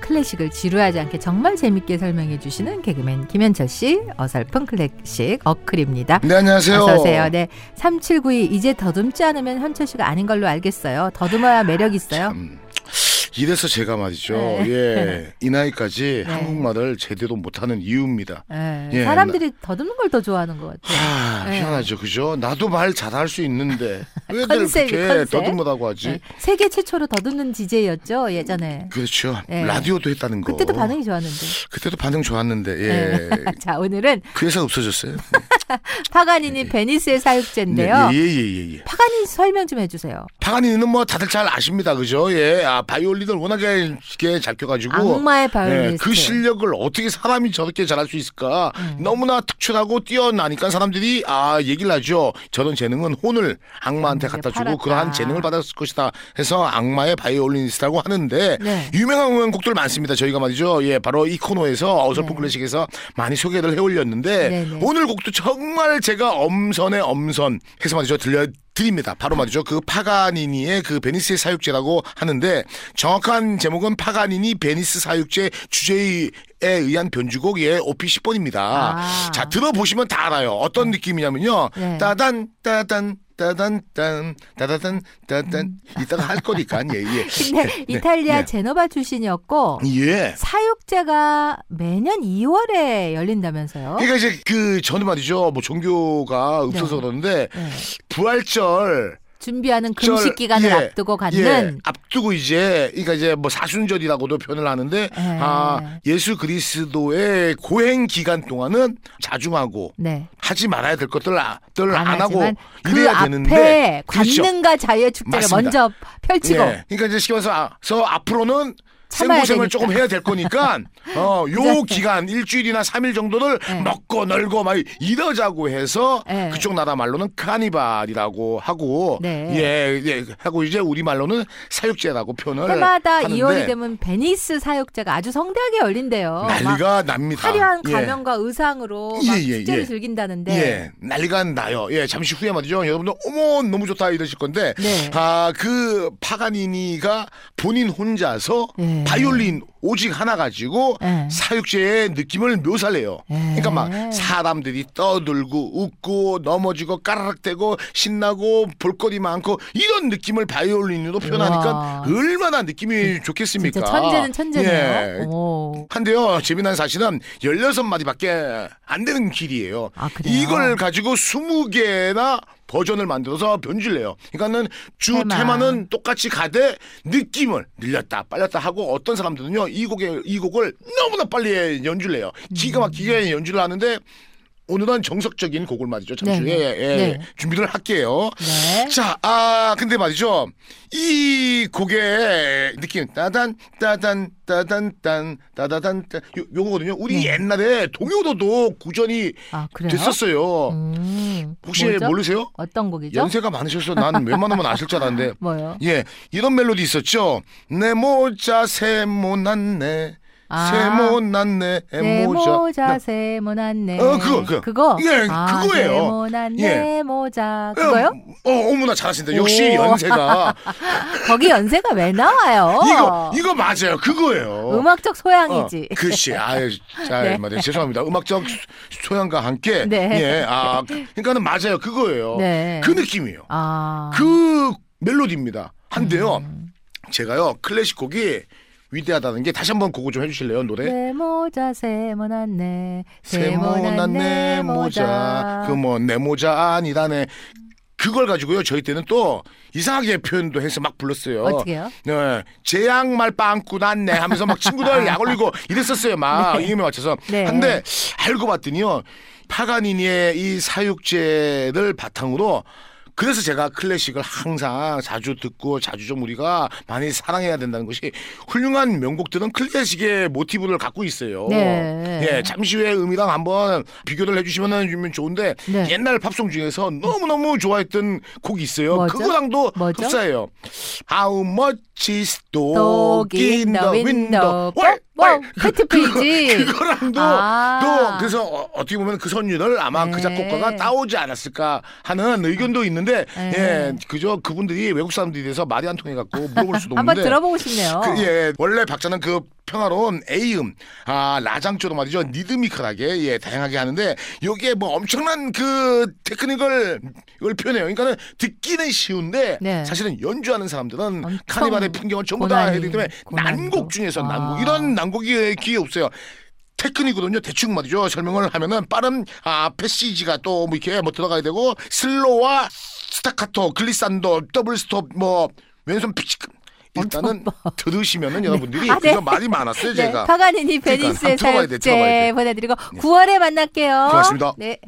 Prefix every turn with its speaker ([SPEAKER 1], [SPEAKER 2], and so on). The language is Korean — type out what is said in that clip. [SPEAKER 1] 클래식을 지루하지 않게 정말 재밌게 설명해 주시는 개그맨 김현철 씨 어설픈 클래식 어클입니다.
[SPEAKER 2] 네 안녕하세요.
[SPEAKER 1] 어서 오세요. 네. 3792 이제 더듬지 않으면 현철 씨가 아닌 걸로 알겠어요. 더듬어야 매력 있어요.
[SPEAKER 2] 음, 이래서 제가 말이죠.
[SPEAKER 1] 네.
[SPEAKER 2] 예. 이 나이까지
[SPEAKER 1] 네.
[SPEAKER 2] 한국말을 제대로 못하는 이유입니다.
[SPEAKER 1] 예,
[SPEAKER 2] 예,
[SPEAKER 1] 사람들이 더듬는 걸 더 좋아하는 것 같아요.
[SPEAKER 2] 아,
[SPEAKER 1] 네.
[SPEAKER 2] 희한하죠, 그죠? 나도 말 잘할 수 있는데 왜들
[SPEAKER 1] 컨셉이,
[SPEAKER 2] 그렇게
[SPEAKER 1] 컨셉.
[SPEAKER 2] 더듬으라고 하지?
[SPEAKER 1] 예. 세계 최초로 더듬는 DJ였죠 예전에.
[SPEAKER 2] 그렇죠.
[SPEAKER 1] 네.
[SPEAKER 2] 라디오도 했다는 거.
[SPEAKER 1] 그때도 반응이 좋았는데. 네.
[SPEAKER 2] 그때도 반응 좋았는데, 예.
[SPEAKER 1] 자 오늘은
[SPEAKER 2] 그 회사 없어졌어요.
[SPEAKER 1] 파가니니 베니스의 사육제인데요.
[SPEAKER 2] 예, 예, 예, 예, 예.
[SPEAKER 1] 파가니니 설명 좀 해주세요.
[SPEAKER 2] 파가니는 뭐 다들 잘 아십니다, 그죠? 예. 아, 바이올린을 워낙에 쉽게 잘 켜가지고.
[SPEAKER 1] 악마의 바이올리스트.
[SPEAKER 2] 예, 그 실력을 어떻게 사람이 저렇게 잘할 수 있을까?
[SPEAKER 1] 음.
[SPEAKER 2] 너무나 특출하고 뛰어나니까 사람들이 아 얘기를 하죠. 저런 재능은 혼을 악마한테
[SPEAKER 1] 음,
[SPEAKER 2] 갖다
[SPEAKER 1] 팔았다.
[SPEAKER 2] 주고 그러한 재능을 받았을 것이다. 해서 악마의 바이올리니스트라고 하는데
[SPEAKER 1] 네.
[SPEAKER 2] 유명한 음악곡들 많습니다. 저희가 말이죠. 예, 바로 이 코너에서 어설픈 클래식에서 많이 소개를 해올렸는데
[SPEAKER 1] 네, 네.
[SPEAKER 2] 오늘 곡도 정말 제가 엄선의 엄선 해서 말이죠. 들려. 드립니다. 바로 말이죠. 그 파가니니의 그 베니스의 사육제라고 하는데 정확한 제목은 파가니니 베니스 사육제 주제에 의한 변주곡의 OP 10번입니다.
[SPEAKER 1] 아.
[SPEAKER 2] 자 들어보시면 다 알아요. 어떤 느낌이냐면요.
[SPEAKER 1] 네.
[SPEAKER 2] 따단 따단 따단 딴 따다단 따단 이따가 할 거니까 예예. 네,
[SPEAKER 1] 근데 네, 이탈리아 제노바 출신이었고
[SPEAKER 2] 예.
[SPEAKER 1] 사육제가 매년 2월에 열린다면서요?
[SPEAKER 2] 그러니까 이제 그 저는 말이죠. 뭐 종교가 없어서
[SPEAKER 1] 네.
[SPEAKER 2] 그러는데
[SPEAKER 1] 네.
[SPEAKER 2] 부활절
[SPEAKER 1] 준비하는
[SPEAKER 2] 절,
[SPEAKER 1] 금식 기간을
[SPEAKER 2] 예,
[SPEAKER 1] 앞두고
[SPEAKER 2] 예,
[SPEAKER 1] 갖는
[SPEAKER 2] 앞두고 이제 그러니까 이제 뭐 사순절이라고도 표현을 하는데
[SPEAKER 1] 예.
[SPEAKER 2] 아 예수 그리스도의 고행 기간 동안은 자중하고
[SPEAKER 1] 네.
[SPEAKER 2] 하지 말아야 될 것들을 아- 들을
[SPEAKER 1] 안
[SPEAKER 2] 예. 안 하고
[SPEAKER 1] 하지만 그
[SPEAKER 2] 이래야
[SPEAKER 1] 앞에
[SPEAKER 2] 되는데 그렇죠.
[SPEAKER 1] 관능과 자유의 축제를
[SPEAKER 2] 맞습니다.
[SPEAKER 1] 먼저 펼치고
[SPEAKER 2] 예, 그러니까 이제 쉽게 말해서 아, 서 앞으로는
[SPEAKER 1] 참아야 되니까.
[SPEAKER 2] 생고생을 조금 해야 될 거니까 어, 요
[SPEAKER 1] 그죠?
[SPEAKER 2] 기간 일주일이나 삼일 정도를
[SPEAKER 1] 네.
[SPEAKER 2] 먹고 널고 막 이러자고 해서
[SPEAKER 1] 네.
[SPEAKER 2] 그쪽 나라 말로는 카니발이라고 하고
[SPEAKER 1] 네.
[SPEAKER 2] 예, 예 하고 이제 우리 말로는 사육제라고 표현을
[SPEAKER 1] 해마다
[SPEAKER 2] 하는데
[SPEAKER 1] 2월이 되면 베니스 사육제가 아주 성대하게 열린대요. 막
[SPEAKER 2] 난리가 납니다.
[SPEAKER 1] 화려한
[SPEAKER 2] 예.
[SPEAKER 1] 가면과 의상으로
[SPEAKER 2] 예,
[SPEAKER 1] 막
[SPEAKER 2] 예,
[SPEAKER 1] 축제를
[SPEAKER 2] 예.
[SPEAKER 1] 즐긴다는데
[SPEAKER 2] 예, 난리가 나요. 예, 잠시 후에 말이죠. 여러분들, 어머, 너무 좋다 이러실 건데,
[SPEAKER 1] 네.
[SPEAKER 2] 아, 그 파가니니가 본인 혼자서
[SPEAKER 1] 예.
[SPEAKER 2] 바이올린 오직 하나 가지고
[SPEAKER 1] 예.
[SPEAKER 2] 사육제의 느낌을 묘사해요.
[SPEAKER 1] 예.
[SPEAKER 2] 그러니까 막 사람들이 떠들고 웃고 넘어지고 까르락대고 신나고 볼거리 많고 이런 느낌을
[SPEAKER 1] 우와.
[SPEAKER 2] 바이올린으로 표현하니까 얼마나 느낌이 좋겠습니까?
[SPEAKER 1] 진짜 천재는 천재네요.
[SPEAKER 2] 예.
[SPEAKER 1] 오.
[SPEAKER 2] 한데요 재미난 사실은 16마디밖에 안 되는 길이에요.
[SPEAKER 1] 아, 그래요?
[SPEAKER 2] 이걸 가지고 20개나 버전을 만들어서 변주를 해요. 그러니까는 주
[SPEAKER 1] 테마.
[SPEAKER 2] 테마. 는 똑같이 가되 느낌을 늘렸다 빨렸다 하고 어떤 사람들은요 이 곡에 이 곡을 너무나 빨리 연주를 해요. 기가
[SPEAKER 1] 음.
[SPEAKER 2] 막히게 연주를 하는데 오늘은 정석적인 곡을 말이죠. 잠시
[SPEAKER 1] 네,
[SPEAKER 2] 후에
[SPEAKER 1] 네.
[SPEAKER 2] 예,
[SPEAKER 1] 네.
[SPEAKER 2] 준비를 할게요.
[SPEAKER 1] 네.
[SPEAKER 2] 자, 아 근데 말이죠. 이 곡의 느낌 따단 따단 따단 딴 따다단 딴 요- 요거거든요. 우리 옛날에 동요도도 구전이
[SPEAKER 1] 아 네. 그래요?
[SPEAKER 2] 됐었어요.
[SPEAKER 1] 음,
[SPEAKER 2] 혹시
[SPEAKER 1] 뭐죠?
[SPEAKER 2] 모르세요?
[SPEAKER 1] 어떤 곡이죠?
[SPEAKER 2] 연세가 많으셔서 난 웬만하면 아실 줄 알았는데.
[SPEAKER 1] 뭐요?
[SPEAKER 2] 예, 이런 멜로디 있었죠. 내 모자 세모났네.
[SPEAKER 1] 아.
[SPEAKER 2] 세모났네.
[SPEAKER 1] 내
[SPEAKER 2] 나-
[SPEAKER 1] 모자 세모났네.
[SPEAKER 2] 어, 그거, 그거. 예,
[SPEAKER 1] 아,
[SPEAKER 2] 그거예요.
[SPEAKER 1] 세모났네
[SPEAKER 2] 예.
[SPEAKER 1] 모자. 그거요?
[SPEAKER 2] 어, 어머나 잘하신다. 역시
[SPEAKER 1] 오.
[SPEAKER 2] 연세가
[SPEAKER 1] 거기 연세가 왜 나와요?
[SPEAKER 2] 이거 이거 맞아요. 그거예요.
[SPEAKER 1] 어. 음악적 소양이지.
[SPEAKER 2] 어, 글씨, 아유, 자,
[SPEAKER 1] 네.
[SPEAKER 2] 말이에요. 죄송합니다. 음악적 소양과 함께,
[SPEAKER 1] 네.
[SPEAKER 2] 예, 아, 그러니까는 맞아요. 그거예요.
[SPEAKER 1] 네.
[SPEAKER 2] 그 느낌이에요.
[SPEAKER 1] 아.
[SPEAKER 2] 그 멜로디입니다. 한데요,
[SPEAKER 1] 음.
[SPEAKER 2] 제가요 클래식 곡이 위대하다는 게 다시 한번 고고 좀 해주실래요 노래?
[SPEAKER 1] 내 모자 네. 세모났네. 네
[SPEAKER 2] 세모난 내 모자, 그 뭐 내 모자 아니다네. 그걸 가지고요 저희 때는 또 이상하게 표현도 해서 막 불렀어요.
[SPEAKER 1] 어떻게요?
[SPEAKER 2] 네, 제양말 빵꾸 났네 하면서 막 친구들 약 올리고 이랬었어요 막 이름에 맞춰서.
[SPEAKER 1] 네.
[SPEAKER 2] 근데 알고 봤더니요 파가니니의 이 사육제를 바탕으로 그래서 제가 클래식을 항상 자주 듣고 자주 좀 우리가 많이 사랑해야 된다는 것이 훌륭한 명곡들은 클래식의 모티브를 갖고 있어요.
[SPEAKER 1] 네.
[SPEAKER 2] 예, 잠시 후에 음이랑 한번 비교를 해주시면 좋은데
[SPEAKER 1] 네.
[SPEAKER 2] 옛날 팝송 중에서 너무너무 좋아했던 곡이 있어요.
[SPEAKER 1] 뭐죠?
[SPEAKER 2] 그거랑도
[SPEAKER 1] 뭐죠?
[SPEAKER 2] 흡사해요. How much is dog
[SPEAKER 1] Dog
[SPEAKER 2] in the window? 월, 월.
[SPEAKER 1] 하트 페이지.
[SPEAKER 2] 그거랑도
[SPEAKER 1] 아.
[SPEAKER 2] 또 그래서 어, 어떻게 보면 그 선율을 아마 그
[SPEAKER 1] 네.
[SPEAKER 2] 작곡가가 따오지 않았을까 하는 의견도 있는데
[SPEAKER 1] 네.
[SPEAKER 2] 예 그저 그분들이 외국 사람들이 돼서 말이 안 통해 갖고 물어볼 수도
[SPEAKER 1] 한번
[SPEAKER 2] 없는데
[SPEAKER 1] 들어보고 싶네요.
[SPEAKER 2] 그, 예, 원래 박자는 그 평화로운 A음, 아, 라장조로 말이죠. 리드미컬하게, 예, 다양하게 하는데, 여기에 뭐 엄청난 그 테크닉을, 이걸 표현해요. 그러니까는 듣기는 쉬운데,
[SPEAKER 1] 네.
[SPEAKER 2] 사실은 연주하는 사람들은
[SPEAKER 1] 엄청
[SPEAKER 2] 카니발의 풍경을 전부 다
[SPEAKER 1] 고난이,
[SPEAKER 2] 해야 되기 때문에,
[SPEAKER 1] 고난이고.
[SPEAKER 2] 난곡 중에서 난곡.
[SPEAKER 1] 아.
[SPEAKER 2] 이런 난곡이 기회 없어요. 테크닉으로는요 대충 말이죠 설명을 하면은 빠른 아 패시지가 또 뭐 이렇게 뭐 들어가야 되고 슬로와 스타카토 글리산도 더블 스톱 뭐 왼손 피치 일단은 들으시면은 여러분들이
[SPEAKER 1] 아, 네.
[SPEAKER 2] 그거 말이 많았어요
[SPEAKER 1] 네,
[SPEAKER 2] 제가
[SPEAKER 1] 파가니니
[SPEAKER 2] 그러니까
[SPEAKER 1] 베니스의
[SPEAKER 2] 들어봐야 돼, 들어봐야
[SPEAKER 1] 사역제
[SPEAKER 2] 돼.
[SPEAKER 1] 보내드리고 9월에 만날게요.
[SPEAKER 2] 고맙습니다.
[SPEAKER 1] 네.